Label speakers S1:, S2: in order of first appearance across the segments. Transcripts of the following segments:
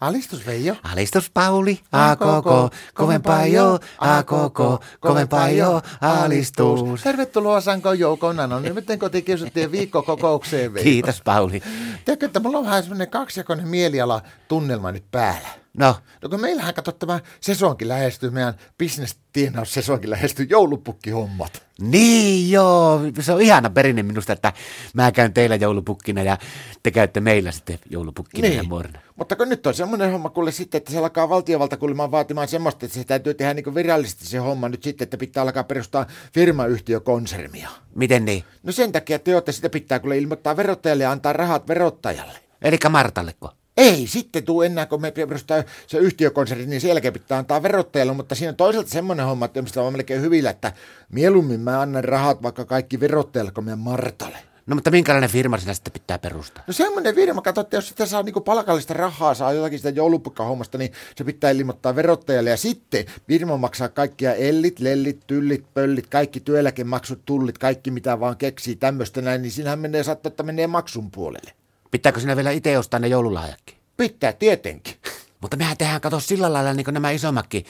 S1: Alistus Veijo.
S2: Alistus Pauli, a koko, kovempaa jo, a koko, kovempaa jo, alistus.
S1: Tervetuloa Sanko Joukonan, on nimittäin kotikiusattiin viikkokokoukseen Veijo.
S2: Kiitos Pauli.
S1: Tiedätkö, että mulla on vähän semmoinen kaksijakoinen mieliala tunnelma nyt päällä.
S2: No,
S1: No kun meillähän kato tämä sesonkin lähestyy, meidän bisnestienaus-sesonkin lähestyy joulupukkihommat.
S2: niin joo, se on ihana perinne minusta, että mä käyn teillä joulupukkina ja te käytte meillä sitten joulupukkina ja muorina.
S1: Niin. Mutta kun nyt on semmoinen homma kuule sitten, että se alkaa valtiovalta kuulemaan vaatimaan semmoista, että se täytyy tehdä niin virallisesti se homma nyt sitten, että pitää alkaa perustaa firmayhtiökonsernia.
S2: Miten niin?
S1: No sen takia, että, joo, että sitä pitää kyllä ilmoittaa verottajalle ja antaa rahat verottajalle.
S2: Elikkä Martalleko?
S1: Ei sitten tuu enää, kun me perustaa se yhtiökonserni, niin sen jälkeen pitää antaa verottajalle, mutta siinä on toisaalta semmoinen homma, että mistä on melkein hyvillä, että mieluummin mä annan rahat vaikka kaikki verottajalle kuin meidän Martalle.
S2: No mutta minkälainen firma sinä sitten pitää perustaa?
S1: No semmoinen firma, katso, että jos sitä saa niinku palkallista rahaa, saa jotakin sitä joulupukkahommasta, niin se pitää ilmoittaa verottajalle. Ja sitten firma maksaa kaikkia ellit, lellit, tyllit, pöllit, kaikki työeläkemaksut, tullit, kaikki mitä vaan keksii tämmöistä näin, niin siinähän menee, saattaa, että menee maksun puolelle.
S2: Pitääkö sinä vielä itse ostaa ne joululahjatkin?
S1: Pitää tietenkin.
S2: Mutta mehän tehdään, kato sillä lailla, niin kuin nämä isommatkin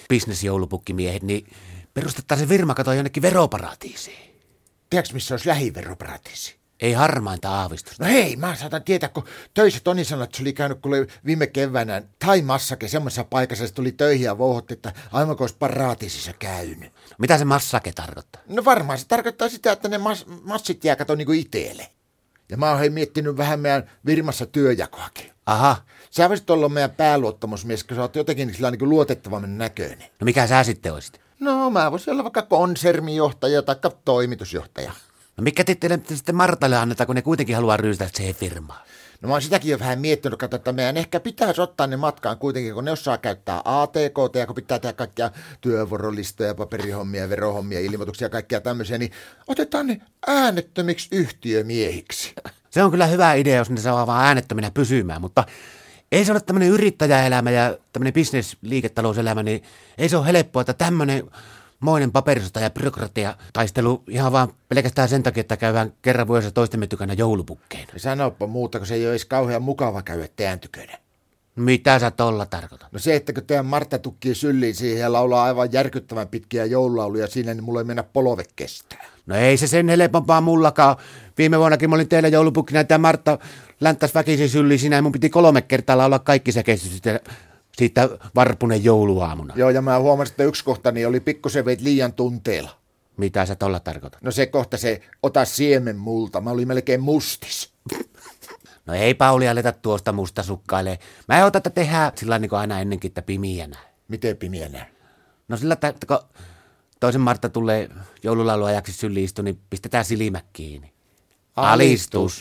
S2: bisnesjoulupukkimiehet, niin perustettaisiin firma, kato jonnekin veroparatiisiin.
S1: Tiedätkö, missä olisi lähiveroparatiisi?
S2: Ei harmainta aavistusta.
S1: No hei, mä saatan tietää, kun töissä Toni sanoi, että se oli käynyt kuule viime keväänä tai massake semmoisessa paikassa, se tuli töihin ja vouhotti, että aivan kuin olisi paraatisissa käynyt.
S2: Mitä se massake tarkoittaa?
S1: No varmaan se tarkoittaa sitä, että ne mas- massit jää kato niinku itelle. Ja mä oon hei miettinyt vähän meidän Virmassa työjakoakin.
S2: Aha,
S1: Sä voisit olla meidän pääluottamusmies, kun sä oot jotenkin sillä niinku luotettavammin näköinen.
S2: no mikä sä sitten olisit?
S1: No mä voisin olla vaikka konsernijohtaja tai toimitusjohtaja.
S2: No mikä tittele nyt sitten Martalle annetaan, kun ne kuitenkin haluaa ryystää siihen firmaan?
S1: No mä oon sitäkin jo vähän miettinyt, kato, että meidän ehkä pitäisi ottaa ne matkaan kuitenkin, kun ne osaa käyttää ATK, ja kun pitää tehdä kaikkia työvuorolistoja, paperihommia, verohommia, ilmoituksia ja kaikkia tämmöisiä, niin otetaan ne äänettömiksi yhtiömiehiksi.
S2: Se on kyllä hyvä idea, jos ne saa vaan äänettöminä pysymään, mutta ei se ole tämmöinen yrittäjäelämä ja tämmöinen bisnesliiketalouselämä, niin ei se ole helppoa, että tämmöinen moinen paperisota ja byrokratia taistelu ihan vaan pelkästään sen takia, että käydään kerran vuodessa toistemme tykönä joulupukkeina.
S1: Sanoppa muuta, kun se ei ole edes kauhean mukava käydä teidän tykönä.
S2: Mitä sä tolla tarkoitat?
S1: No se, että kun teidän Martta tukkii sylliin siihen ja laulaa aivan järkyttävän pitkiä joululauluja siinä, niin mulla ei mennä polve kestää.
S2: No ei se sen helpompaa mullakaan. Viime vuonnakin mä olin teillä joulupukkina ja tää Martta länttäs väkisin sylli sinä ja mun piti kolme kertaa olla kaikki säkeistöt siitä, siitä varpunen jouluaamuna.
S1: Joo, ja mä huomasin, että yksi kohta niin oli pikkusen veit liian tunteella.
S2: Mitä sä tolla tarkoitat?
S1: No se kohta se, ota siemen multa. Mä olin melkein mustis.
S2: No ei Pauli aleta tuosta musta sukkailee. Mä en ota, että tehdään sillä niin kuin aina ennenkin, että pimiänä.
S1: Miten pimienä?
S2: No sillä, että että kun toisen Martta tulee joululauluajaksi syliistu, niin pistetään silmät kiinni. Alistus.